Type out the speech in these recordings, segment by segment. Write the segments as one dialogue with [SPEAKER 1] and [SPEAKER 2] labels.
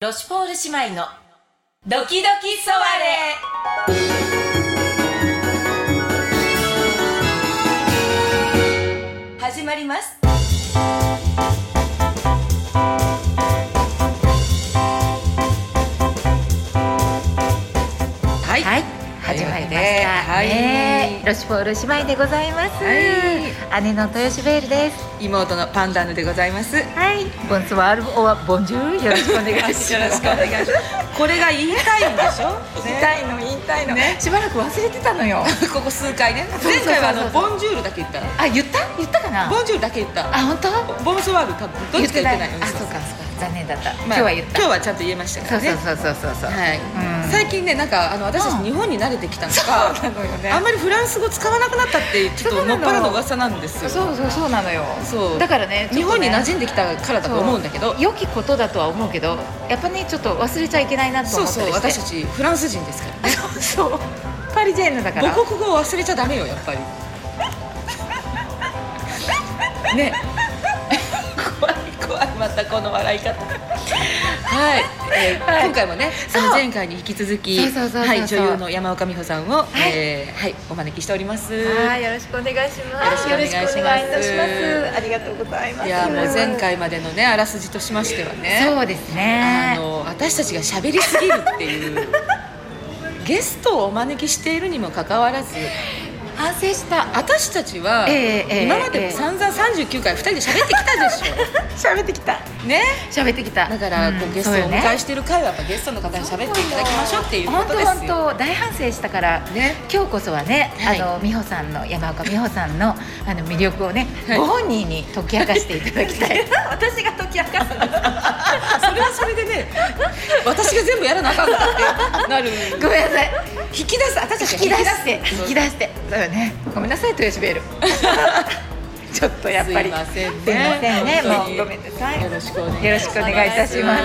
[SPEAKER 1] ロシュポール姉妹のドキドキソワレ始まります
[SPEAKER 2] はい、
[SPEAKER 3] はい、始まりました。
[SPEAKER 2] はい
[SPEAKER 3] ねえロシュポール姉妹でございます。
[SPEAKER 2] は
[SPEAKER 3] 姉の豊島ベールです。
[SPEAKER 2] 妹のパンダーヌでございます。よ
[SPEAKER 3] はい、ボンスワールオアボンジュールよろしくお願い します。
[SPEAKER 2] ろしくお願いします。これが言いたいんでし ょ。
[SPEAKER 3] 言い
[SPEAKER 2] ね
[SPEAKER 3] たいの言いたいの、しばらく忘れてた のよ。
[SPEAKER 2] ここ数回ね。
[SPEAKER 3] そうそ
[SPEAKER 2] 前
[SPEAKER 3] うそう
[SPEAKER 2] 回はあのボンジュールだけ言った。
[SPEAKER 3] あ、言った言ったかな。
[SPEAKER 2] ボンジュールだけ言った。
[SPEAKER 3] あ、本当？
[SPEAKER 2] ボンソワール多分どっちか言ってないよね。
[SPEAKER 3] あ、そうかそうか。残念だった。今
[SPEAKER 2] まあ
[SPEAKER 3] 日は言った。
[SPEAKER 2] 今日はちゃんと言えましたか
[SPEAKER 3] そう
[SPEAKER 2] らね。
[SPEAKER 3] そうそうそうそうそう。
[SPEAKER 2] はい
[SPEAKER 3] うん。
[SPEAKER 2] 最近ねなんかあの私た
[SPEAKER 3] う
[SPEAKER 2] ち
[SPEAKER 3] ん
[SPEAKER 2] 日本に慣れてきたのか、
[SPEAKER 3] そうなのよね
[SPEAKER 2] あんまりフランス語使わなくなったってちょっ
[SPEAKER 3] そ
[SPEAKER 2] と
[SPEAKER 3] う
[SPEAKER 2] も
[SPEAKER 3] な
[SPEAKER 2] っ
[SPEAKER 3] の
[SPEAKER 2] ぱらの噂なんですよ。
[SPEAKER 3] そうそうそうなのよ。
[SPEAKER 2] そう
[SPEAKER 3] だからね、ち
[SPEAKER 2] 日
[SPEAKER 3] ょっと
[SPEAKER 2] 本
[SPEAKER 3] ね
[SPEAKER 2] に馴染んできたからだと思うんだけど。
[SPEAKER 3] 良きことだとは思うけど、やっぱねちょっと忘れちゃいけないなと
[SPEAKER 2] そう
[SPEAKER 3] 思った
[SPEAKER 2] そ
[SPEAKER 3] り
[SPEAKER 2] う
[SPEAKER 3] して。
[SPEAKER 2] 私たちフランス人ですから。
[SPEAKER 3] そうそう。パリジェンヌだから。
[SPEAKER 2] 母国語を忘れちゃダメよや っぱりね怖い怖いまたこの笑い方はい、えー
[SPEAKER 3] はい
[SPEAKER 2] 今回もねあの
[SPEAKER 3] そう
[SPEAKER 2] 前回に引き続き
[SPEAKER 3] そうそうそうそうそう
[SPEAKER 2] はい女優の山岡美穂さんを、
[SPEAKER 3] い
[SPEAKER 2] えーはい、お招きしております
[SPEAKER 3] はい、よろしくお願いします。
[SPEAKER 2] よろしくお願いします
[SPEAKER 3] よろしくお願いいたしますありがとうございます。
[SPEAKER 2] いやもう前回までのねあらすじとしましてはね
[SPEAKER 3] そうです
[SPEAKER 2] あ
[SPEAKER 3] ね。
[SPEAKER 2] の私たちが喋りすぎるっていうゲストをお招きしているにもかかわらず
[SPEAKER 3] 反省した。
[SPEAKER 2] 私たちは、
[SPEAKER 3] ええええ
[SPEAKER 2] 今までも散々39回2人で喋ってきたでし
[SPEAKER 3] 喋ってきた。
[SPEAKER 2] ょね
[SPEAKER 3] 喋ってきた。
[SPEAKER 2] だから、こうゲストをお迎え
[SPEAKER 3] し
[SPEAKER 2] してる回はやっぱゲストの方に喋っていただきましょうっていうこ
[SPEAKER 3] 本
[SPEAKER 2] と
[SPEAKER 3] 当
[SPEAKER 2] ですよ
[SPEAKER 3] 本当大反省したから。
[SPEAKER 2] ね
[SPEAKER 3] 今日こそはね、
[SPEAKER 2] はい
[SPEAKER 3] あの美穂さんの山岡美穂さんのあの魅力をね、
[SPEAKER 2] はい
[SPEAKER 3] ご本人に解き明かしていただきたい。 私が解き明かす。
[SPEAKER 2] それはそれでね私が全部やらなあかんったってなる
[SPEAKER 3] ごめんなさい。
[SPEAKER 2] 引き出す私たち
[SPEAKER 3] 引
[SPEAKER 2] が
[SPEAKER 3] き出して引き出
[SPEAKER 2] す
[SPEAKER 3] して。そうよね。ごめんなさい豊島ベール。 ちょっとやっぱり。
[SPEAKER 2] すいませんね
[SPEAKER 3] すいませんね。
[SPEAKER 2] 本当
[SPEAKER 3] も
[SPEAKER 2] に
[SPEAKER 3] うごめんなさい。
[SPEAKER 2] よろしくお願いします
[SPEAKER 3] よろしくお願いいたします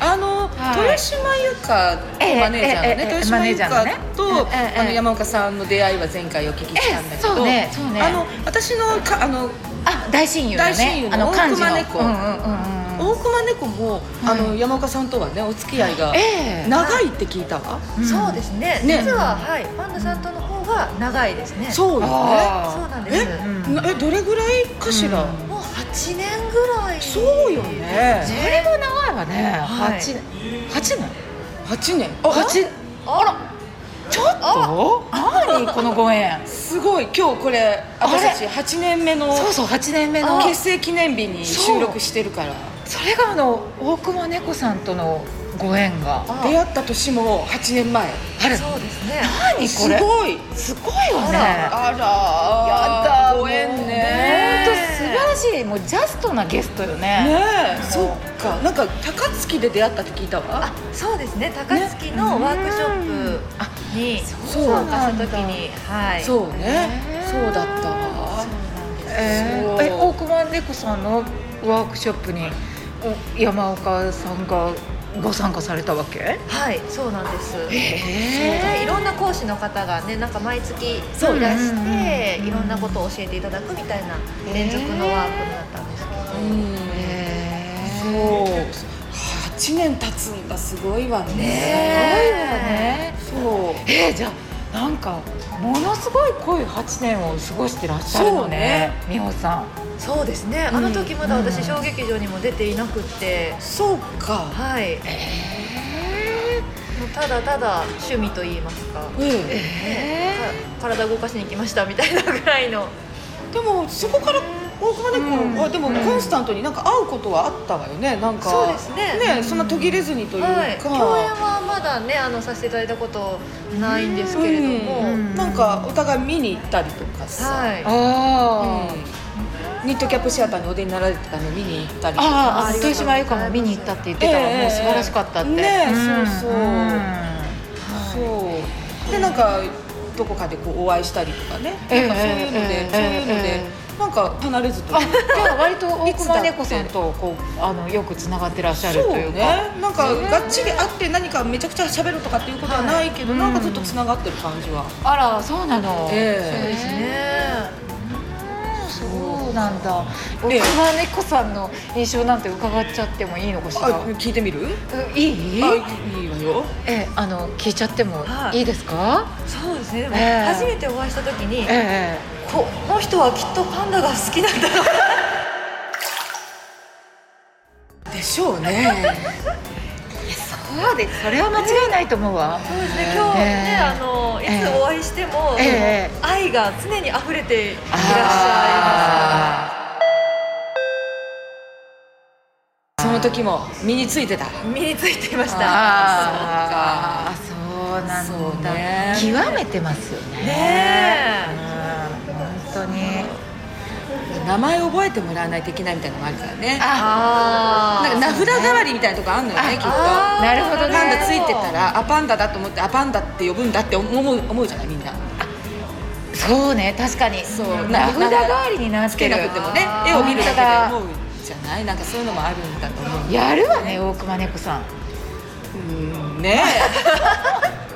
[SPEAKER 2] あの、
[SPEAKER 3] はい
[SPEAKER 2] 豊島優香
[SPEAKER 3] ええ
[SPEAKER 2] マネージャーのね、
[SPEAKER 3] ええええ
[SPEAKER 2] 豊島優
[SPEAKER 3] マネージャーの
[SPEAKER 2] 香
[SPEAKER 3] ね
[SPEAKER 2] と、
[SPEAKER 3] ええええ
[SPEAKER 2] あの山岡さんの出会いは前回お聞きしたんだけど、
[SPEAKER 3] ええそうねそうね
[SPEAKER 2] あの私のかあの
[SPEAKER 3] あ、大親友のね。
[SPEAKER 2] 大親友の
[SPEAKER 3] あの
[SPEAKER 2] 大
[SPEAKER 3] 漢字
[SPEAKER 2] 熊
[SPEAKER 3] の。
[SPEAKER 2] 猫
[SPEAKER 3] うんうんうんうん。
[SPEAKER 2] 大熊猫も、あの山岡さんとはねお付き合いが
[SPEAKER 3] ええ
[SPEAKER 2] 長いって聞いたわ、
[SPEAKER 3] ん
[SPEAKER 4] そうですね。
[SPEAKER 2] ね
[SPEAKER 4] 実ははいパンダさんとの方が長いですね。う。
[SPEAKER 2] そうよね
[SPEAKER 3] あ
[SPEAKER 4] そうなんです。
[SPEAKER 2] え、
[SPEAKER 3] うん
[SPEAKER 2] なえどれぐらいかしら、
[SPEAKER 3] うん
[SPEAKER 4] もう8年ぐらい。
[SPEAKER 2] そうよ。ね
[SPEAKER 3] それも長いわね。
[SPEAKER 4] はい
[SPEAKER 3] 八八年。
[SPEAKER 2] 8年あ
[SPEAKER 3] 八。
[SPEAKER 4] あら。
[SPEAKER 3] ちょっと。なにこのご縁。
[SPEAKER 2] すごい今日これ私たち8年目の
[SPEAKER 3] そうそう八年目の。
[SPEAKER 2] 結成記念日に収録してるから
[SPEAKER 3] それがあの大熊猫さんとのご縁が。
[SPEAKER 4] あ
[SPEAKER 2] 出会った年も8年前
[SPEAKER 3] ある。
[SPEAKER 4] そうですね。
[SPEAKER 3] 何
[SPEAKER 2] す
[SPEAKER 3] これ。
[SPEAKER 2] ごい
[SPEAKER 3] すごいよね。
[SPEAKER 2] あら
[SPEAKER 3] やだ
[SPEAKER 2] ご縁
[SPEAKER 3] 本
[SPEAKER 2] ね
[SPEAKER 3] 当素晴らしいもうジャストなゲストよね。
[SPEAKER 2] ねえそっかなんか高槻で出会ったって聞いたわ
[SPEAKER 4] あ、そうですね。高槻のワークショップに
[SPEAKER 2] そうなん
[SPEAKER 4] 参
[SPEAKER 2] だ
[SPEAKER 4] 加した時に、はい。
[SPEAKER 2] そうね
[SPEAKER 3] へえ
[SPEAKER 2] そうだったわ
[SPEAKER 3] え
[SPEAKER 2] そう
[SPEAKER 3] ー、え大熊猫さんのワークショップにお山岡さんがご参加されたわけ？
[SPEAKER 4] はい、そうなんです。
[SPEAKER 3] え
[SPEAKER 4] はい、いろんな講師の方がね、なんか毎月い
[SPEAKER 2] そう
[SPEAKER 4] らして、
[SPEAKER 3] うん
[SPEAKER 4] いろんなことを教えていただくみたいな連続のワークだったんですけど。
[SPEAKER 2] うんそう8年経つんだすごいわね
[SPEAKER 3] ね
[SPEAKER 2] そう
[SPEAKER 3] えー、じゃあなんかものすごい濃い8年を過ごしてらっしゃるのね美穂さん
[SPEAKER 4] そうですね。
[SPEAKER 2] うん
[SPEAKER 4] あの時まだ
[SPEAKER 3] う
[SPEAKER 4] 私
[SPEAKER 3] ん
[SPEAKER 4] 小劇場にも出ていなくって、
[SPEAKER 2] そうか
[SPEAKER 4] はい。もうただただ趣味と言いますか。
[SPEAKER 2] うん
[SPEAKER 4] ねか体動かしに来ましたみたいなぐらいの。
[SPEAKER 2] でもそこから大熊
[SPEAKER 3] うん
[SPEAKER 2] 猫はでも
[SPEAKER 3] うん
[SPEAKER 2] コンスタントになんか会うことはあったわよねなんか
[SPEAKER 4] そうですね
[SPEAKER 2] ねそんな途切れずにというか
[SPEAKER 4] はい。共演はまだねあのさせていただいたことないんですけれども、
[SPEAKER 3] うん
[SPEAKER 2] なんかお互い見に行ったりとかさ
[SPEAKER 4] はい。
[SPEAKER 3] あー、
[SPEAKER 2] うんニットキャップシアターにお出になられてたの見に行ったりとか
[SPEAKER 3] ああ
[SPEAKER 4] ありがとうござ
[SPEAKER 3] 豊
[SPEAKER 4] います
[SPEAKER 3] 島由香も見に行ったって言ってたわ、
[SPEAKER 2] ええ
[SPEAKER 3] もう素晴らしかったって
[SPEAKER 2] ねえ
[SPEAKER 3] ん
[SPEAKER 2] そうそうんそうでなんかどこかでこうお会いしたりとかね、
[SPEAKER 3] ええ
[SPEAKER 2] なんかそういうので、
[SPEAKER 3] ええ
[SPEAKER 2] そういうので、
[SPEAKER 3] え
[SPEAKER 2] なんか離れずと
[SPEAKER 3] あ
[SPEAKER 2] いうか
[SPEAKER 3] じゃあ割と大
[SPEAKER 2] いつだっ
[SPEAKER 3] 熊
[SPEAKER 2] て
[SPEAKER 3] 猫さんとこうあのよくつながってらっしゃる
[SPEAKER 2] そう
[SPEAKER 3] というか
[SPEAKER 2] ねなんかがっちり会って何かめちゃくちゃ喋るとかっていうことはないけど、
[SPEAKER 3] はい
[SPEAKER 2] なんかずっとつながってる感じは、
[SPEAKER 3] あらそうなの、
[SPEAKER 2] ええ
[SPEAKER 4] そうですね。
[SPEAKER 2] そ
[SPEAKER 3] そうなんだ
[SPEAKER 2] え
[SPEAKER 3] 大
[SPEAKER 2] え
[SPEAKER 3] 人猫さんの印象なんて伺っちゃってもいいのかしら
[SPEAKER 2] あ聞いてみる
[SPEAKER 3] うんいい
[SPEAKER 2] あいいわよ
[SPEAKER 3] ええあの聞いちゃっても
[SPEAKER 4] はい
[SPEAKER 3] いいですか
[SPEAKER 4] そうですねでも
[SPEAKER 3] ええ
[SPEAKER 4] 初めてお会いした時に、
[SPEAKER 3] え
[SPEAKER 4] この人はきっとパンダが好きなんだろう
[SPEAKER 2] でしょうね
[SPEAKER 3] えそうですそれは間違いないと思うわ
[SPEAKER 4] そうですね今日ね、
[SPEAKER 3] ええ
[SPEAKER 4] あのいつお会いしても、
[SPEAKER 3] ええ
[SPEAKER 4] その愛が常に溢れていらっしゃい
[SPEAKER 3] あ
[SPEAKER 2] その時も身についてた
[SPEAKER 4] ます身についていまし
[SPEAKER 3] ー
[SPEAKER 4] た
[SPEAKER 3] あーそうなん
[SPEAKER 2] そ
[SPEAKER 3] だ
[SPEAKER 2] うね
[SPEAKER 3] 極めてますよねうん
[SPEAKER 4] ね
[SPEAKER 3] 本当に
[SPEAKER 2] 名前覚えてもらわないといけないみたいなのもあるからね
[SPEAKER 4] え
[SPEAKER 3] あ
[SPEAKER 4] あ
[SPEAKER 2] なんか名札代わりみたいなとこあんのよねきっと
[SPEAKER 4] あー
[SPEAKER 3] なるほどね
[SPEAKER 2] パンダついてたらあパンダだと思ってあパンダって呼ぶんだって思う思うじゃないみんな
[SPEAKER 3] そうね確かに
[SPEAKER 2] そう
[SPEAKER 3] 名
[SPEAKER 2] な
[SPEAKER 3] 札代わりになっ
[SPEAKER 2] つけ
[SPEAKER 3] てる
[SPEAKER 2] なくてもね
[SPEAKER 4] あー
[SPEAKER 2] 絵を見るだけで思うじゃないなんかそういうのもあるんだと思う
[SPEAKER 3] やるわね大熊猫さん
[SPEAKER 2] うん ね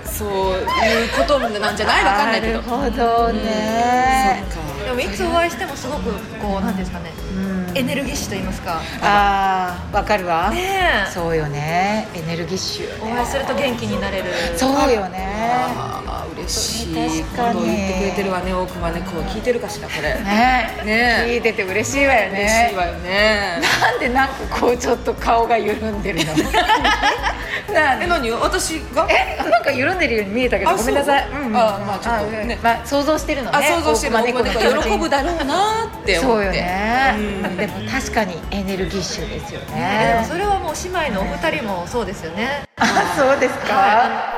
[SPEAKER 2] えそういうことなんじゃないわかんないけど
[SPEAKER 3] なるほどね
[SPEAKER 2] うんそっか
[SPEAKER 4] でもいつお会いしてもすごくこうなんですかね
[SPEAKER 3] うん
[SPEAKER 4] エネルギッシュと言いますか
[SPEAKER 3] ああわかるわ
[SPEAKER 4] ねえ
[SPEAKER 3] そうよねエネルギッシュよ
[SPEAKER 4] お
[SPEAKER 3] ね
[SPEAKER 4] 会いすると元気になれる
[SPEAKER 3] そうよね
[SPEAKER 2] あー嬉しい
[SPEAKER 3] 確か
[SPEAKER 2] 今
[SPEAKER 3] に
[SPEAKER 2] 度言ってくれてるわね大熊猫聞いてるかしらこれ
[SPEAKER 3] ね
[SPEAKER 2] ねえ
[SPEAKER 3] 聞いてて嬉しいわよ
[SPEAKER 2] 嬉しい
[SPEAKER 3] ね
[SPEAKER 2] わよね
[SPEAKER 3] なんでなんかこうちょっと顔が緩んでる のなん
[SPEAKER 2] え
[SPEAKER 3] で
[SPEAKER 2] 何私が
[SPEAKER 3] えなんか緩んでるように見えたけど
[SPEAKER 2] あ
[SPEAKER 3] ごめんなさい
[SPEAKER 2] そう
[SPEAKER 3] うん
[SPEAKER 2] あまあちょっとね
[SPEAKER 3] あまあ想像してるのね
[SPEAKER 2] あ想像してる
[SPEAKER 3] 大
[SPEAKER 2] 僕
[SPEAKER 3] 熊
[SPEAKER 2] も
[SPEAKER 3] 猫の気持ち
[SPEAKER 2] 喜ぶだろうなって思って
[SPEAKER 3] そうよね、
[SPEAKER 2] うん
[SPEAKER 3] でも確かにエネルギッシュですよ
[SPEAKER 4] えでも
[SPEAKER 3] ね
[SPEAKER 4] それはもう姉妹のお二人もそうですよね
[SPEAKER 3] あそうですか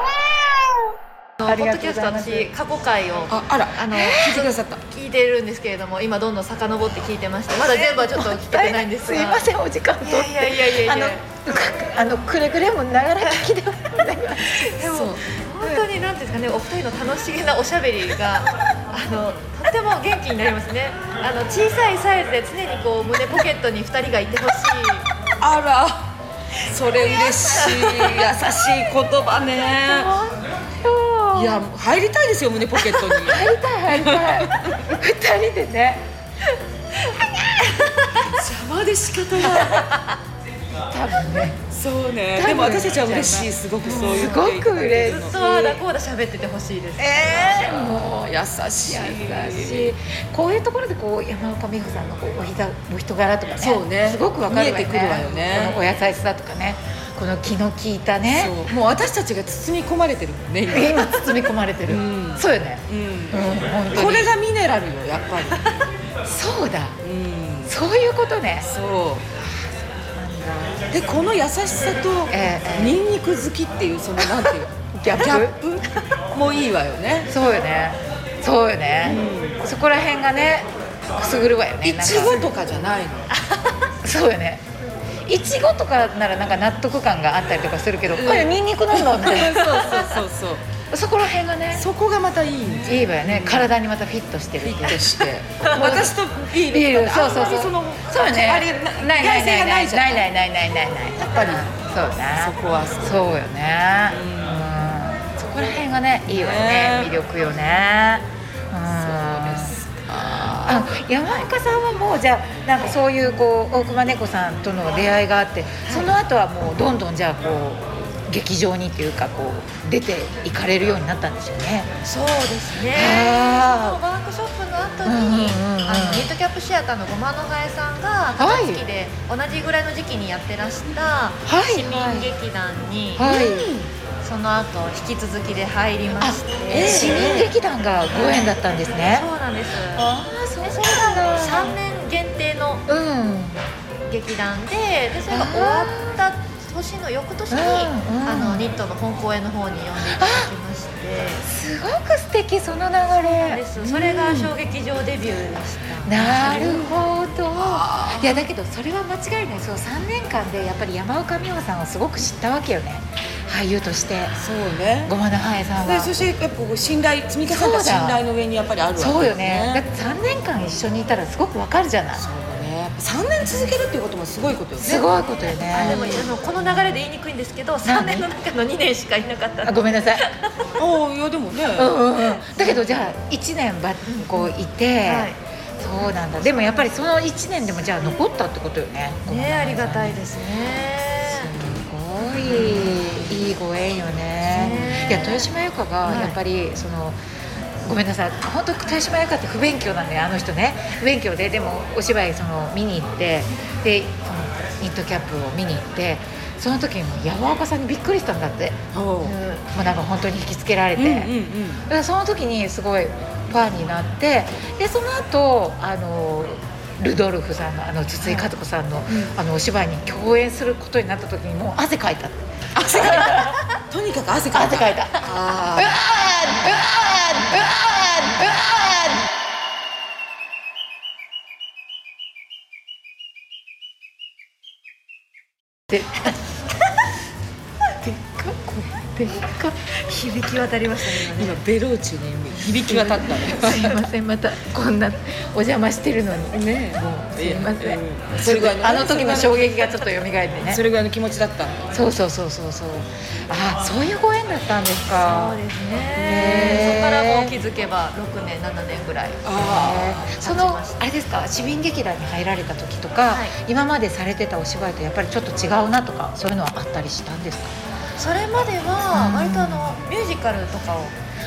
[SPEAKER 4] ポ
[SPEAKER 3] あり
[SPEAKER 4] ッ
[SPEAKER 3] が
[SPEAKER 4] ド
[SPEAKER 3] と
[SPEAKER 4] キ
[SPEAKER 3] う
[SPEAKER 4] ャ
[SPEAKER 3] ご
[SPEAKER 4] スト
[SPEAKER 3] ざいます
[SPEAKER 4] 私過去回を
[SPEAKER 2] ああら
[SPEAKER 4] あの
[SPEAKER 2] 聞いてくださった
[SPEAKER 4] 聞いてるんですけれども今どんどん遡って聞いてましてまだ全部はちょっと聞けてないんですすが
[SPEAKER 3] いませんお時間と
[SPEAKER 4] いやいやいやいや
[SPEAKER 3] あ
[SPEAKER 4] い
[SPEAKER 3] の
[SPEAKER 4] や
[SPEAKER 3] かあのくれぐれもながら聞きではない
[SPEAKER 4] でも本当に何ていうんですかねお二人の楽しげなおしゃべり があのとっても元気になりますねあの小さいサイズで常にこう胸ポケットに二人がいてほしい
[SPEAKER 2] あらそれ嬉しい優しい言葉ねいや入りたいですよ胸ポケットに
[SPEAKER 3] 入りたい入りたい二人でね
[SPEAKER 2] 邪魔で仕方ない
[SPEAKER 3] 多分ね
[SPEAKER 2] そうね
[SPEAKER 3] 多分
[SPEAKER 2] でも私たちは嬉しいすごくそういう
[SPEAKER 3] すごく嬉
[SPEAKER 4] ず
[SPEAKER 3] し
[SPEAKER 4] っ
[SPEAKER 3] い
[SPEAKER 4] とああだこうだ喋っててほしいです
[SPEAKER 2] えー、もう優しい
[SPEAKER 3] 優しいこういうところでこう山岡美穂さんのこうおひだお人柄とかね
[SPEAKER 2] そうね
[SPEAKER 3] すごくわかるわよ
[SPEAKER 2] 見えてくるわよね
[SPEAKER 3] このお優しさとかねこの気の利いたね
[SPEAKER 2] そうもう私たちが包み込まれてるもんね今
[SPEAKER 3] 今包み込まれてる、
[SPEAKER 2] うん
[SPEAKER 3] そうよね、
[SPEAKER 2] うん
[SPEAKER 3] うん、本当に
[SPEAKER 2] これがミネラルよやっぱり
[SPEAKER 3] そうだ
[SPEAKER 2] うん
[SPEAKER 3] そういうことね
[SPEAKER 2] そうでこの優しさと
[SPEAKER 3] ええ
[SPEAKER 2] ニンニク好きっていうそのなんていう
[SPEAKER 3] ギャップ
[SPEAKER 2] プもいいわよね
[SPEAKER 3] そうよねそうよね、そこら辺がねくすぐるわよ
[SPEAKER 2] い
[SPEAKER 3] ねなんか
[SPEAKER 2] ちごとかじゃないの
[SPEAKER 3] そうよねいちごとかならなんか納得感があったりとかするけど、これニンニクなんだみたいな
[SPEAKER 2] そうそうそうそう
[SPEAKER 3] そこら辺がね
[SPEAKER 2] そこがまたいいんです
[SPEAKER 3] いいわよね体にまたフィットしてるって
[SPEAKER 2] フィ
[SPEAKER 3] いう
[SPEAKER 2] ットして私とビール
[SPEAKER 3] ビールそうそう
[SPEAKER 2] あんま
[SPEAKER 3] そう
[SPEAKER 2] りその
[SPEAKER 3] そうよね
[SPEAKER 2] あれな
[SPEAKER 3] ないない
[SPEAKER 2] 外
[SPEAKER 3] な
[SPEAKER 2] 性が
[SPEAKER 3] いな
[SPEAKER 2] ないいじゃ
[SPEAKER 3] ない
[SPEAKER 2] ん
[SPEAKER 3] ないないないないない
[SPEAKER 2] やっぱり
[SPEAKER 3] そうね
[SPEAKER 2] そこは
[SPEAKER 3] そうよね
[SPEAKER 2] う
[SPEAKER 3] うんそこら辺がねいいわよね
[SPEAKER 2] ね
[SPEAKER 3] 魅力よねうん
[SPEAKER 2] ですか
[SPEAKER 3] あ山岡さんはもうじゃあなんかそういうこう大熊猫さんとの出会いがあってその後はもうどんどんじゃあこう劇場にっていうかこう出て行かれるようになったんですよね。
[SPEAKER 4] そうですね
[SPEAKER 3] あー
[SPEAKER 4] そのワークショップの後
[SPEAKER 3] うんうん
[SPEAKER 4] に、
[SPEAKER 3] うんうん
[SPEAKER 4] あのミートキャップシアターのごまのがえさんが片
[SPEAKER 3] はい
[SPEAKER 4] 付きで同じぐらいの時期にやってらした
[SPEAKER 3] はい
[SPEAKER 4] 市民劇団に、
[SPEAKER 3] はい、
[SPEAKER 4] その後引き続きで入りま
[SPEAKER 3] あ
[SPEAKER 4] して、
[SPEAKER 3] 市民劇団がご縁だったんですね
[SPEAKER 4] そ。うなんです
[SPEAKER 3] ああ、そうなん
[SPEAKER 4] 3年限定の
[SPEAKER 3] だ。うん。
[SPEAKER 4] 劇団ででそれが終わった年の翌年に、
[SPEAKER 3] うんうん
[SPEAKER 4] あのニットの本公演の方に呼んでいただきまして
[SPEAKER 3] すごく素敵その流れ。
[SPEAKER 4] ですそれが
[SPEAKER 3] うん
[SPEAKER 4] 小劇場デビューでした、
[SPEAKER 3] なるほど。いやだけどそれは間違いない。そう3年間でやっぱり山岡美穂さんをすごく知ったわけよね。俳優として
[SPEAKER 2] そうね
[SPEAKER 3] ごまのハエさん
[SPEAKER 2] で
[SPEAKER 3] は。
[SPEAKER 2] そしてやっぱこう信頼積み重ね
[SPEAKER 3] そう
[SPEAKER 2] た
[SPEAKER 3] だ
[SPEAKER 2] 信頼の上にやっぱりあるわけ
[SPEAKER 3] そうよね。だって3年間一緒にいたらすごくわかるじゃない。
[SPEAKER 2] そうね3年続けるっていうこともすごいことよね
[SPEAKER 3] すごいことよね。
[SPEAKER 4] あでもあのこの流れで言いにくいんですけど3年の中の2年しかいなかった
[SPEAKER 3] あごめんなさい。
[SPEAKER 2] ああいやでもね、
[SPEAKER 3] うんうんうん。だけどじゃあ1年ばこういて。
[SPEAKER 4] はい
[SPEAKER 3] そそうなんだでもやっぱりその1年でもじゃあ残ったってことよね
[SPEAKER 4] ねありがたいですね
[SPEAKER 3] すごいいいご縁よね
[SPEAKER 4] ね
[SPEAKER 3] いや豊島由香が
[SPEAKER 4] はい
[SPEAKER 3] やっぱりその、ごめんなさい本当豊島由香って不勉強なのよあの人ね不勉強ででもお芝居その見に行ってでそのニットキャップを見に行ってその時にもう山岡さんにびっくりしたんだって
[SPEAKER 2] ほう
[SPEAKER 3] もうなんか本当に引きつけられて、
[SPEAKER 2] うんうん
[SPEAKER 3] だからその時にすごいファンになってでその後あのルドルフさんのあの筒井和子さんの,、あのお芝居に共演することになった時にもう汗かいたって汗かいた
[SPEAKER 2] うんとにかく汗かいた
[SPEAKER 3] 汗かいたうわーうわーうわーう
[SPEAKER 2] あ
[SPEAKER 3] わ
[SPEAKER 2] ー
[SPEAKER 3] ー
[SPEAKER 4] でっか響き渡りましたね
[SPEAKER 2] 今ベローチュに響き渡ったね
[SPEAKER 4] 今ねすいませんまたこんなお邪魔してるのに
[SPEAKER 2] ねえもう
[SPEAKER 4] すいません
[SPEAKER 2] うんそれぐらいのね
[SPEAKER 3] あの時の衝撃がちょっと蘇ってね
[SPEAKER 2] それぐらいの気持ちだった
[SPEAKER 3] そうそうそうそうそうあそういうご縁だったんですか
[SPEAKER 4] そうですね
[SPEAKER 3] ね
[SPEAKER 4] そこからもう気づけば6年7年ぐらい
[SPEAKER 2] あ
[SPEAKER 3] その
[SPEAKER 4] 立ちまし
[SPEAKER 3] あれですか市民劇団に入られた時とか、
[SPEAKER 4] はい
[SPEAKER 3] 今までされてたお芝居とやっぱりちょっと違うなとかそういうのはあったりしたんですか
[SPEAKER 4] それまで
[SPEAKER 3] う
[SPEAKER 4] は
[SPEAKER 3] ん
[SPEAKER 4] 割とあのミュージカルとかを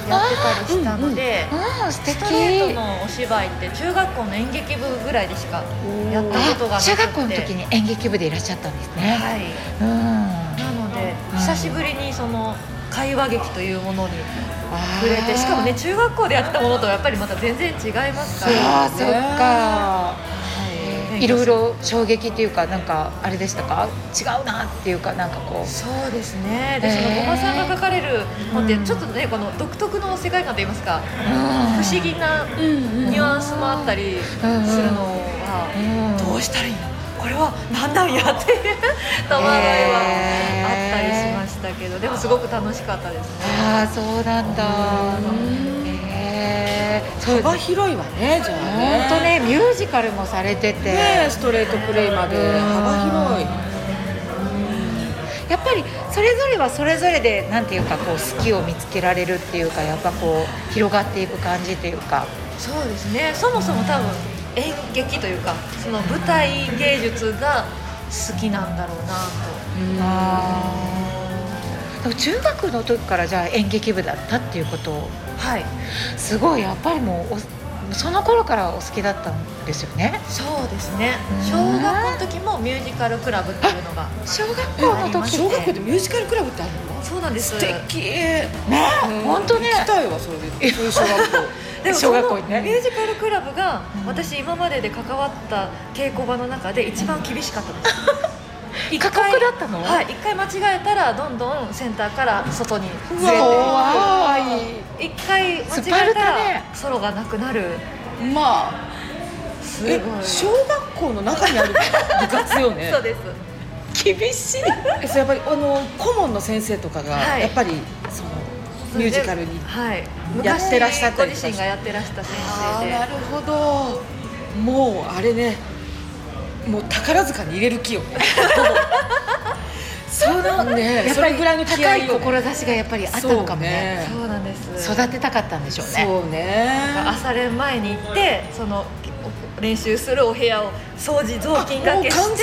[SPEAKER 4] やってたりしたので、
[SPEAKER 3] ああ素敵
[SPEAKER 4] ストレートのお芝居って中学校の演劇部ぐらいでしかやったことがな
[SPEAKER 3] あ
[SPEAKER 4] くて
[SPEAKER 3] 中学校の時に演劇部でいらっしゃったんですね、
[SPEAKER 4] はい
[SPEAKER 3] うん
[SPEAKER 4] なので
[SPEAKER 3] うん
[SPEAKER 4] 久しぶりにその会話劇というものに
[SPEAKER 3] あー
[SPEAKER 4] 触れてしかもね中学校でやってたものとはやっぱりまた全然違いますから
[SPEAKER 3] ああ
[SPEAKER 2] ね
[SPEAKER 3] そっか
[SPEAKER 4] はい
[SPEAKER 3] いろいろ衝撃っていうかなんかあれでしたか違うなっていうかなんかこう
[SPEAKER 4] そうですねで
[SPEAKER 3] へー
[SPEAKER 4] そのごまさんが書かれる本って
[SPEAKER 3] うん
[SPEAKER 4] ちょっとねこの独特の世界観といいますか
[SPEAKER 3] うん
[SPEAKER 4] 不思議なニュアンスもあったりするのは
[SPEAKER 3] うん
[SPEAKER 4] どうしたらいいのこれは何なんやっていう戸惑いはあったりしましたけどでもすごく楽しかったですね
[SPEAKER 3] ああそうなんだ
[SPEAKER 2] うん
[SPEAKER 3] へえそう
[SPEAKER 2] 幅広いわねじゃあね
[SPEAKER 3] 本当ねミュージカルもされてて、
[SPEAKER 2] ねえストレートプレイまで
[SPEAKER 3] うん
[SPEAKER 2] 幅広い
[SPEAKER 3] やっぱりそれぞれはそれぞれでなんていうかこう好きを見つけられるっていうかやっぱこう広がっていく感じというか
[SPEAKER 4] そうですねそもそも多分演劇というかその舞台芸術が好きなんだろうな
[SPEAKER 3] でも中学の時からじゃあ演劇部だったっていうこと
[SPEAKER 4] とはい
[SPEAKER 3] すごいやっぱりもうおその頃からお好きだったんですよね
[SPEAKER 4] そうですね
[SPEAKER 3] うん
[SPEAKER 4] 小学校の時もミュージカルクラブっていうのが
[SPEAKER 3] 小学校の時
[SPEAKER 2] 小学校でミュージカルクラブってあるの
[SPEAKER 4] そうなんです
[SPEAKER 2] 素敵ね
[SPEAKER 3] ね本当ね
[SPEAKER 2] 行きたいわそれでそういう小学校
[SPEAKER 4] で
[SPEAKER 3] 小
[SPEAKER 4] もそ
[SPEAKER 3] 学校
[SPEAKER 4] の
[SPEAKER 3] に
[SPEAKER 4] ミ
[SPEAKER 3] ね
[SPEAKER 4] ュージカルクラブが私今までで関わった稽古場の中で一番厳しかったです
[SPEAKER 3] 過酷だったの
[SPEAKER 4] はい一回間違えたらどんどんセンターから外にずれてい
[SPEAKER 2] 怖
[SPEAKER 4] く一回
[SPEAKER 3] スパ
[SPEAKER 4] 間違
[SPEAKER 3] ル
[SPEAKER 4] えた
[SPEAKER 3] タ
[SPEAKER 4] ら
[SPEAKER 3] ね
[SPEAKER 4] ソロがなくなる
[SPEAKER 2] いまあ
[SPEAKER 4] すごい
[SPEAKER 2] え小学校の中にある部活よね
[SPEAKER 4] そうです
[SPEAKER 2] 厳しいえそれやっぱりあの顧問の先生とかが、
[SPEAKER 4] はい
[SPEAKER 2] やっぱりそのミュージカルに
[SPEAKER 4] はい
[SPEAKER 2] やってらっしゃったり
[SPEAKER 4] 昔
[SPEAKER 2] とか
[SPEAKER 4] ご自身がやってらした先
[SPEAKER 2] あ
[SPEAKER 4] 生
[SPEAKER 2] ー
[SPEAKER 4] で
[SPEAKER 2] なるほどもうあれねもう宝塚に入れる気よそうなんね
[SPEAKER 3] やっ
[SPEAKER 2] そ
[SPEAKER 3] ぱ
[SPEAKER 2] れ
[SPEAKER 3] り
[SPEAKER 2] ぐらいの気
[SPEAKER 3] 高
[SPEAKER 2] 合
[SPEAKER 3] い
[SPEAKER 2] よね
[SPEAKER 3] 志がやっぱりあったのかもね
[SPEAKER 4] そうなんです
[SPEAKER 3] 育てたかったんでしょうね
[SPEAKER 2] そうね
[SPEAKER 4] 朝練前に行ってその練習するお部屋を掃除雑巾
[SPEAKER 2] も
[SPEAKER 4] が
[SPEAKER 2] う
[SPEAKER 4] け
[SPEAKER 2] 完
[SPEAKER 4] して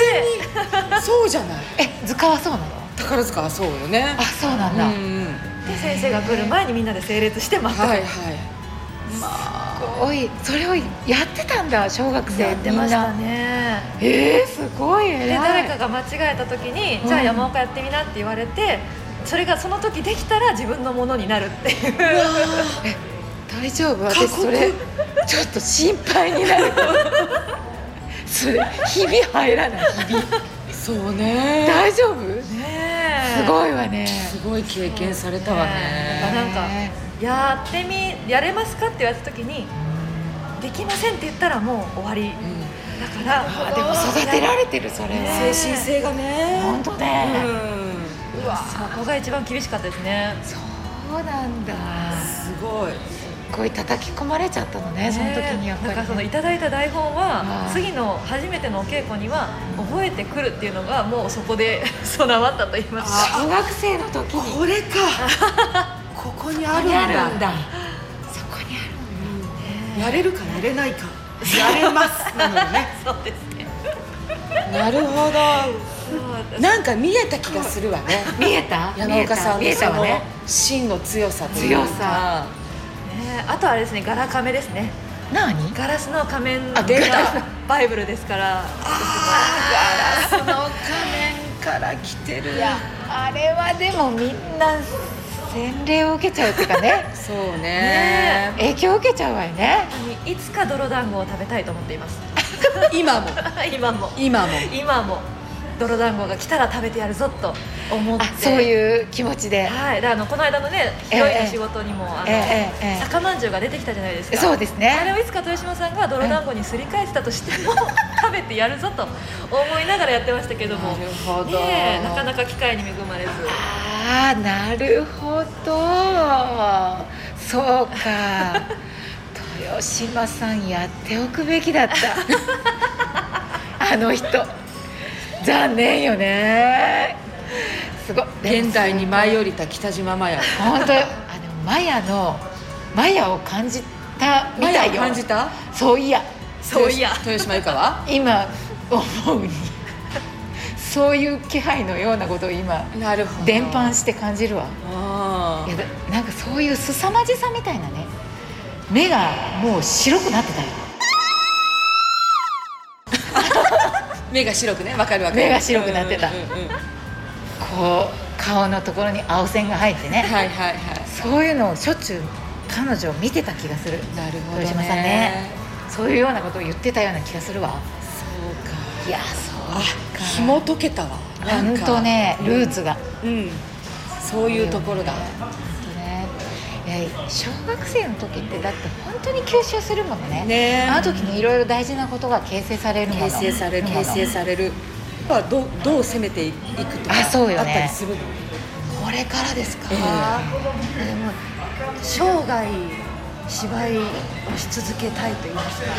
[SPEAKER 2] 全にそうじゃない
[SPEAKER 3] え図鑑はそうなの
[SPEAKER 2] 宝塚はそうよね
[SPEAKER 3] あそうなんだ、
[SPEAKER 2] うんうん
[SPEAKER 4] で先生が来る前にみんなで整列して待って
[SPEAKER 2] はいはい
[SPEAKER 3] おいそれをやってたんだ小学生
[SPEAKER 4] やってましたね
[SPEAKER 3] みんなえー、すごい偉い
[SPEAKER 4] で誰かが間違えた時に、
[SPEAKER 3] うん
[SPEAKER 4] じゃあ山岡やってみなって言われてそれがその時できたら自分のものになるっていう
[SPEAKER 2] うわ
[SPEAKER 3] 大丈夫
[SPEAKER 2] 過酷
[SPEAKER 3] 私それちょっと心配になるそれひび入らないひび
[SPEAKER 2] ーそうね
[SPEAKER 3] 大丈夫
[SPEAKER 4] ね
[SPEAKER 3] すごいわね
[SPEAKER 2] すごい経験されたわ
[SPEAKER 4] ね
[SPEAKER 2] ね
[SPEAKER 4] なんかやってみやれますかって言われた時にできませんって言ったらもう終わり
[SPEAKER 2] うん
[SPEAKER 4] だから
[SPEAKER 3] あでも育てられてるそれ
[SPEAKER 4] ね
[SPEAKER 3] は
[SPEAKER 2] 精神性がね
[SPEAKER 3] 本当ね
[SPEAKER 2] う
[SPEAKER 4] うわそこが一番厳しかったですね
[SPEAKER 3] そうなんだ
[SPEAKER 2] んすごい
[SPEAKER 3] すごい叩き込まれちゃったのねその時にやっぱり
[SPEAKER 4] なんかその
[SPEAKER 3] ね
[SPEAKER 4] いただいた台本
[SPEAKER 3] は
[SPEAKER 4] はい次の初めてのお稽古には覚えてくるっていうのがもうそこで 備わったと言いますか
[SPEAKER 3] 小学生の時に
[SPEAKER 2] これかここにあるんだ
[SPEAKER 3] そこにあるんだ
[SPEAKER 2] やれるかやれないかやれますなのよね
[SPEAKER 4] そうですね
[SPEAKER 2] なるほど
[SPEAKER 4] そう
[SPEAKER 2] なんか見えた気がするわね
[SPEAKER 3] 見えた
[SPEAKER 2] 山岡さん
[SPEAKER 3] 見
[SPEAKER 2] の
[SPEAKER 3] え
[SPEAKER 2] そ
[SPEAKER 3] たわ
[SPEAKER 2] の
[SPEAKER 3] ね
[SPEAKER 2] 真の強さというか
[SPEAKER 3] 強さ
[SPEAKER 4] ねあとあれですねガラカメですね
[SPEAKER 3] 何
[SPEAKER 4] ガラスの仮面
[SPEAKER 2] あ
[SPEAKER 4] が
[SPEAKER 2] 出た
[SPEAKER 4] バイブルですから
[SPEAKER 2] その仮面から来てる
[SPEAKER 3] いやあれはでもみんな洗礼を受けちゃうっていうかね
[SPEAKER 2] そうね
[SPEAKER 4] ね
[SPEAKER 3] 影響を受けちゃうわよね
[SPEAKER 4] いつか泥団子を食べたいと思っています
[SPEAKER 2] 今も
[SPEAKER 4] 今も
[SPEAKER 2] 今も
[SPEAKER 4] 今も泥団子が来たら食べてやるぞと思っ
[SPEAKER 3] あ
[SPEAKER 4] て
[SPEAKER 3] そういう気持ちで
[SPEAKER 4] はい、だからあのこの間のね、
[SPEAKER 3] ええ
[SPEAKER 4] ヒロインの仕事にも、あの、
[SPEAKER 3] ええええええ
[SPEAKER 4] 酒まんじゅうが出てきたじゃないですか。
[SPEAKER 3] そうです
[SPEAKER 4] あれ
[SPEAKER 3] ね
[SPEAKER 4] をいつか豊島さんが泥団子にすり替えてたとしても、食べてやるぞと思いながらやってましたけども。
[SPEAKER 2] なるほど
[SPEAKER 4] ねえなかなか機会に恵まれず。
[SPEAKER 3] ああなるほどそうか豊島さんやっておくべきだったあの人残念よねすごいでも
[SPEAKER 2] 現代に舞い降りた北島麻也
[SPEAKER 3] 本当よあのマヤのマヤを感じたみ
[SPEAKER 2] 麻
[SPEAKER 3] た
[SPEAKER 2] 也
[SPEAKER 3] い
[SPEAKER 2] を
[SPEAKER 3] よ
[SPEAKER 2] 感じた
[SPEAKER 3] そういや
[SPEAKER 4] そういや
[SPEAKER 2] 豊島由香は
[SPEAKER 3] 今思うにそういう気配のようなことを今
[SPEAKER 2] なるほ
[SPEAKER 3] 伝播して感じるわ
[SPEAKER 2] あ
[SPEAKER 3] いやだなんかそういう凄まじさみたいなね目がもう白くなってたよ
[SPEAKER 2] ー目が白くねわかるわかる
[SPEAKER 3] 目が白くなってた
[SPEAKER 2] うんうんうんうん
[SPEAKER 3] こう顔のところに青線が入ってね
[SPEAKER 2] はいはいはい
[SPEAKER 3] そういうのをしょっちゅう彼女を見てた気がする
[SPEAKER 2] なるほど
[SPEAKER 3] 豊島さんねそういうようなことを言ってたような気がするわ
[SPEAKER 2] そうか
[SPEAKER 3] いやそう
[SPEAKER 2] あ紐解けたわなん
[SPEAKER 3] 本
[SPEAKER 2] か
[SPEAKER 3] 当ねルーツが
[SPEAKER 2] うんそういうところだ
[SPEAKER 3] 本当ねいや小学生の時ってだって本当に吸収するものね
[SPEAKER 2] ね
[SPEAKER 3] あの時にいろいろ大事なことが形成されるもの
[SPEAKER 2] 形成される
[SPEAKER 3] もの
[SPEAKER 2] 形成されるやっぱどうどう攻めていくとか
[SPEAKER 3] あそうよね
[SPEAKER 2] あったりする
[SPEAKER 3] これからですか、
[SPEAKER 2] ええ
[SPEAKER 4] でも、生涯芝居をし続けたいと言いますか。
[SPEAKER 2] か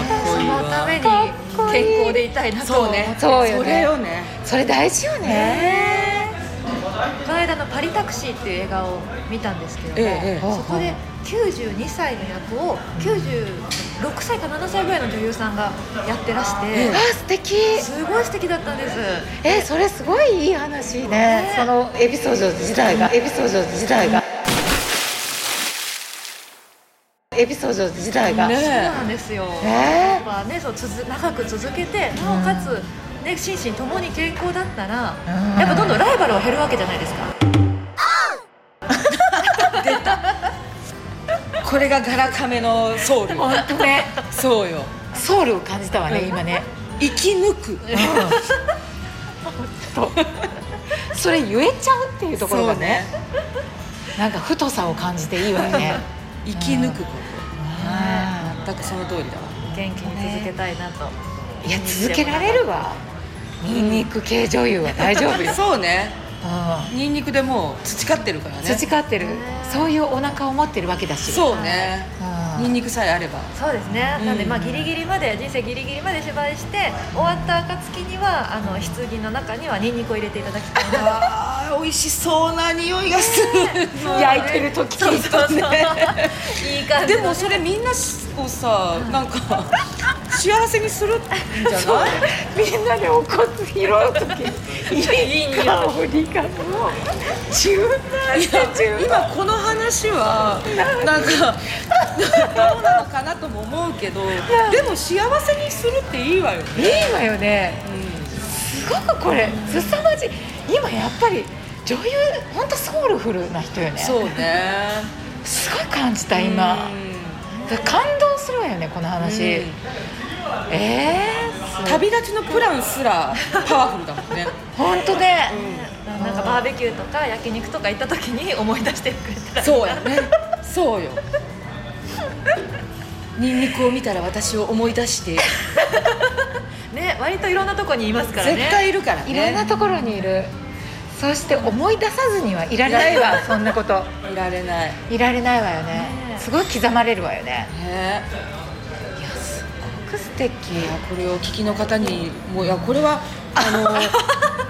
[SPEAKER 2] っこ
[SPEAKER 4] そ
[SPEAKER 2] いいわ
[SPEAKER 4] のために
[SPEAKER 3] かっこいい
[SPEAKER 4] 健康でいたいなと思
[SPEAKER 2] そ
[SPEAKER 4] っ
[SPEAKER 2] う
[SPEAKER 4] て
[SPEAKER 2] ね
[SPEAKER 3] そうよね
[SPEAKER 2] それよね
[SPEAKER 3] それ大事よね
[SPEAKER 4] この間の「パリタクシー」っていう映画を見たんですけども、
[SPEAKER 2] ええええ
[SPEAKER 4] そこで92歳の役を96歳か7歳ぐらいの女優さんがやってらして、
[SPEAKER 2] え
[SPEAKER 3] あ素敵
[SPEAKER 4] すごい素敵だったんです
[SPEAKER 3] えそれすごいいい話ねそのエピソード自体がエピソード自体がエピソード自体が、
[SPEAKER 2] ねえ
[SPEAKER 4] そうなんですよ、
[SPEAKER 3] え
[SPEAKER 4] やっぱねそう続長く続けてなおかつ、ね、心身ともに健康だったら、
[SPEAKER 3] うん
[SPEAKER 4] やっぱどんどんライバルは減るわけじゃないですか
[SPEAKER 2] これがガラカメのソウル
[SPEAKER 3] 本当ね
[SPEAKER 2] そうよ
[SPEAKER 3] ソウルを感じたわね今ね、
[SPEAKER 2] 生き抜く
[SPEAKER 3] うんそれ言えちゃうっていうところがね
[SPEAKER 2] そう
[SPEAKER 3] なんか太さを感じていいわよね
[SPEAKER 2] 生き抜くこ
[SPEAKER 3] あ
[SPEAKER 2] と全くその通りだわ
[SPEAKER 4] 元気に続けたいなと、
[SPEAKER 3] ーいや続けられるわニンニク系女優は大丈夫 よ、
[SPEAKER 2] そうね
[SPEAKER 3] う
[SPEAKER 2] ニンニクでもう培ってるから
[SPEAKER 3] ん、
[SPEAKER 2] ね
[SPEAKER 3] 培ってるそういうお腹を持ってるわけだし
[SPEAKER 2] そうね
[SPEAKER 3] うん
[SPEAKER 2] ニンニクさえあれば
[SPEAKER 4] そうですね、
[SPEAKER 2] うん
[SPEAKER 4] なんでまあギリギリまで人生ギリギリまで芝居して終わった暁にはあの棺の中にはニンニクを入れていただきたいな
[SPEAKER 2] あー美味しそうな匂いがす る
[SPEAKER 3] 焼いてる時
[SPEAKER 4] そうそうそういい感じ
[SPEAKER 2] で
[SPEAKER 4] の
[SPEAKER 2] もそれみんなをさなんか 幸せにするんじゃない
[SPEAKER 3] みんなでお骨拾うとき
[SPEAKER 4] いい匂い
[SPEAKER 3] 香りがもう自分の味で自分
[SPEAKER 2] 今この話はなんかどうなのかなとも思うけどでも幸せにするっていいわよね、
[SPEAKER 3] いいわよねすごくこれ凄まじい今やっぱり女優本当ソウルフルな人よね
[SPEAKER 2] そうね
[SPEAKER 3] すごい感じた今だから感動するわよねこの話、
[SPEAKER 2] うん
[SPEAKER 3] え
[SPEAKER 2] うん
[SPEAKER 3] ーす
[SPEAKER 2] 旅立ちのプランすらパワフルだもんね
[SPEAKER 3] 本当ね、
[SPEAKER 4] なんかバーベキューとか焼肉とか行った時に思い出してくれたら
[SPEAKER 2] そうやねそうよニンニクを見たら私を思い出して
[SPEAKER 4] ね割といろんなとこにいますからね
[SPEAKER 2] 絶対いるからね
[SPEAKER 3] いろんなところにいるそして思い出さずにはいられない わそんなこと
[SPEAKER 2] いられない
[SPEAKER 3] いられないわよね
[SPEAKER 4] ねえ
[SPEAKER 3] すごい刻まれるわよね
[SPEAKER 2] ね
[SPEAKER 3] すごく素敵
[SPEAKER 2] これをお聞きの方にもういやこれはあ の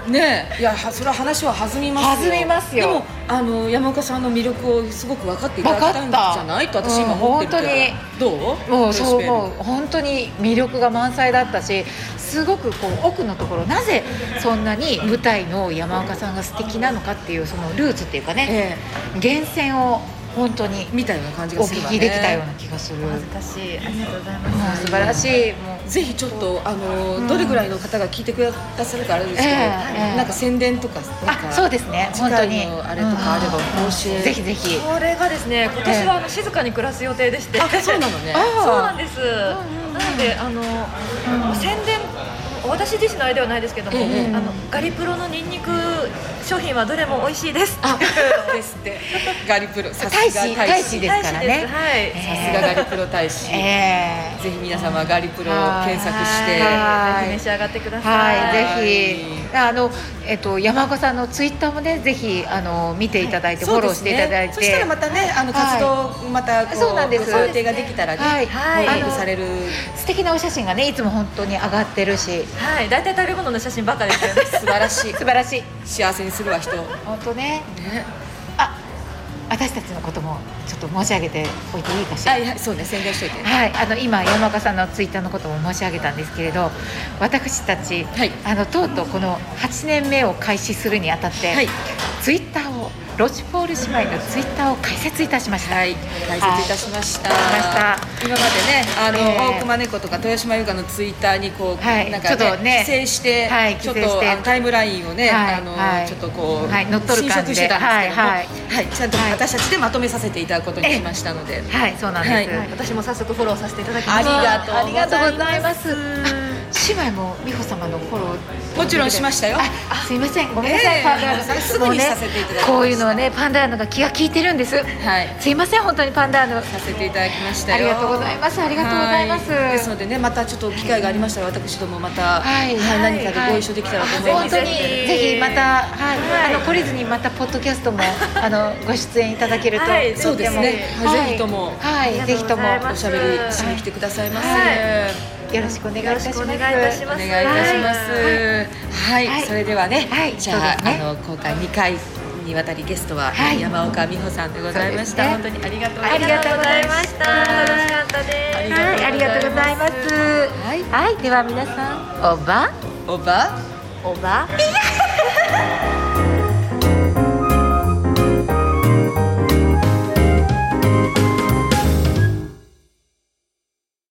[SPEAKER 2] ねえいやはそれは話は弾みますよ
[SPEAKER 3] 弾みますよ
[SPEAKER 2] でもあの山岡さんの魅力をすごく分かっていただきたいんじゃないと
[SPEAKER 3] 分かった
[SPEAKER 2] 私今思ってるけど、どう
[SPEAKER 3] もうそ
[SPEAKER 2] ルーシフ
[SPEAKER 3] う
[SPEAKER 2] ェル
[SPEAKER 3] 思う本当に魅力が満載だったしすごくこう奥のところなぜそんなに舞台の山岡さんが素敵なのかっていうそのルーツっていうかね
[SPEAKER 2] え
[SPEAKER 3] 源泉を本当に
[SPEAKER 2] えみたいな感じ
[SPEAKER 3] お
[SPEAKER 2] がする
[SPEAKER 3] 聞
[SPEAKER 2] わ、ね、
[SPEAKER 3] きできたような気がする、もう
[SPEAKER 4] 恥ずかしいありがとうございます、
[SPEAKER 3] 素晴らしいもう
[SPEAKER 2] ぜひちょっとあの、どれぐらいの方が聞いてくださるかあれですけど、
[SPEAKER 3] ええええ
[SPEAKER 2] なんか宣伝とかなんか
[SPEAKER 3] あそうですね
[SPEAKER 2] 次
[SPEAKER 3] 本当に
[SPEAKER 2] 回のあれとかあれば教え、
[SPEAKER 3] うんぜひぜひ
[SPEAKER 4] これがですね今年はあの静かに暮らす予定でして、
[SPEAKER 2] あそうなの ね
[SPEAKER 3] あ
[SPEAKER 4] そうなんです。なのであの、宣伝私自身のあれではないですけども、
[SPEAKER 2] ええ
[SPEAKER 4] あのガリプロのニンニク商品はどれも美味しいです。
[SPEAKER 2] あですってガリプロさ
[SPEAKER 3] 大
[SPEAKER 2] すが
[SPEAKER 3] 使
[SPEAKER 2] 大
[SPEAKER 3] 大
[SPEAKER 2] 使
[SPEAKER 3] 使
[SPEAKER 2] で
[SPEAKER 3] ですからね
[SPEAKER 4] はい。
[SPEAKER 2] さすがガリプロ大使、
[SPEAKER 3] え
[SPEAKER 2] ぜひ皆様ガリプロを検索して
[SPEAKER 3] はい
[SPEAKER 4] ぜひ召し上がってくだ
[SPEAKER 3] え
[SPEAKER 4] さい。
[SPEAKER 3] はい、ぜ
[SPEAKER 2] は
[SPEAKER 3] ひ、あの、えっと、山岡さんのツイッターもね、ぜひ、あの、見ていただいて、フ
[SPEAKER 2] そう
[SPEAKER 3] ォロ
[SPEAKER 2] で
[SPEAKER 3] ー
[SPEAKER 2] す
[SPEAKER 3] し
[SPEAKER 2] ね
[SPEAKER 3] ていただいて。
[SPEAKER 2] そしたらまたねあの活動またこ
[SPEAKER 3] そうなんです
[SPEAKER 2] ご予定ができたらね、
[SPEAKER 3] はい
[SPEAKER 4] はい
[SPEAKER 2] アップされる
[SPEAKER 3] 素敵なお写真がね、いつも本当に上がってるし、
[SPEAKER 4] はい。大体食べ物の写真ばっかですよね。
[SPEAKER 2] 素晴らしい
[SPEAKER 3] 素晴らしい。
[SPEAKER 2] 幸せにするわ人ね
[SPEAKER 3] 本当ね、あ、私たちのことも、ちょっと申し上げておいていいかしら。
[SPEAKER 2] はいはいそうね宣伝しといて
[SPEAKER 3] はい、あの今山岡さんのツイッターのことも申し上げたんですけれど私たち、
[SPEAKER 2] はい
[SPEAKER 3] あのとうとうこの8年目を開始するにあたって、
[SPEAKER 2] はい
[SPEAKER 3] ツイッターをロシュポール姉妹のツイッターを開設いたしました。
[SPEAKER 2] はい、解説いたしました。
[SPEAKER 3] はいしま
[SPEAKER 2] 今までね、あの、
[SPEAKER 3] えー
[SPEAKER 2] 大熊猫とか豊島優香のツイッターにこう、
[SPEAKER 3] はい
[SPEAKER 2] なんか、ね、
[SPEAKER 3] ちょっとね
[SPEAKER 2] 規制して、
[SPEAKER 3] はい
[SPEAKER 2] ちょっ
[SPEAKER 3] 規制し
[SPEAKER 2] と
[SPEAKER 3] て
[SPEAKER 2] あのタイムラインをね、
[SPEAKER 3] はい
[SPEAKER 2] あの、
[SPEAKER 3] はい
[SPEAKER 2] ちょっとこう、
[SPEAKER 3] はい乗っ取る感
[SPEAKER 2] 侵食
[SPEAKER 3] じで
[SPEAKER 2] してたんですけども、
[SPEAKER 3] は
[SPEAKER 2] はいい、ちゃんと
[SPEAKER 3] はい
[SPEAKER 2] 私たちでまとめさせていただくことにしましたので、
[SPEAKER 3] はい、そうなんです。
[SPEAKER 2] はい
[SPEAKER 4] はい私も早速フォローさせていただき
[SPEAKER 2] あ
[SPEAKER 4] ま
[SPEAKER 2] り
[SPEAKER 4] した。
[SPEAKER 2] がとう
[SPEAKER 3] ありがとうございます。あ姉妹も美穂様のフォロー
[SPEAKER 2] もちろんしましたよ。
[SPEAKER 3] あすいませんごめんなさい、
[SPEAKER 2] ええ
[SPEAKER 3] パンダーノさん
[SPEAKER 2] すぐに
[SPEAKER 3] もうね
[SPEAKER 2] させていただきました
[SPEAKER 3] こういうのはねパンダーノが気が利いてるんです
[SPEAKER 2] はい。
[SPEAKER 3] すいません本当にパンダーノ
[SPEAKER 2] させていただきましたよ。
[SPEAKER 3] ありがとうございますありがとうございます
[SPEAKER 2] はですのでね、またちょっと機会がありましたら、私どもまた、
[SPEAKER 3] はい
[SPEAKER 2] 何かでご一緒できたらと思いま
[SPEAKER 3] 本
[SPEAKER 2] す。
[SPEAKER 3] 当に
[SPEAKER 4] ぜひ
[SPEAKER 3] ぜひまた、はい、あの懲りずにまたポッドキャスト もあのご出演いただけると、
[SPEAKER 4] はい
[SPEAKER 2] そうですね。
[SPEAKER 3] はい
[SPEAKER 2] ぜひとも、
[SPEAKER 3] はい、
[SPEAKER 4] あ
[SPEAKER 3] ぜ
[SPEAKER 4] り
[SPEAKER 3] ひ
[SPEAKER 4] が
[SPEAKER 3] と
[SPEAKER 4] とう
[SPEAKER 3] も
[SPEAKER 4] ござい
[SPEAKER 2] おしゃべりしに来てくださいませ。
[SPEAKER 4] は
[SPEAKER 3] よろしくお願いい
[SPEAKER 4] よ
[SPEAKER 3] た
[SPEAKER 4] ろ
[SPEAKER 3] し
[SPEAKER 4] し
[SPEAKER 3] ます
[SPEAKER 4] くお願いいたし
[SPEAKER 2] お
[SPEAKER 4] ま
[SPEAKER 2] 願
[SPEAKER 4] す。
[SPEAKER 2] いいたします。はい、
[SPEAKER 3] はい
[SPEAKER 2] それではね、
[SPEAKER 3] はい
[SPEAKER 2] じゃあ、
[SPEAKER 3] そうですね
[SPEAKER 2] あの今回2回にわたりゲストは、
[SPEAKER 3] はい
[SPEAKER 2] 山岡美穂さんでございました、
[SPEAKER 3] そう
[SPEAKER 2] 本当
[SPEAKER 3] で
[SPEAKER 2] にありがとうご
[SPEAKER 4] あ
[SPEAKER 2] ざい
[SPEAKER 4] り
[SPEAKER 2] ま
[SPEAKER 4] がとうございました。楽しかったです。
[SPEAKER 3] はい、ありがとうございます。
[SPEAKER 2] はい
[SPEAKER 3] はい、では皆さん、おば。
[SPEAKER 2] す。おば。
[SPEAKER 4] おば。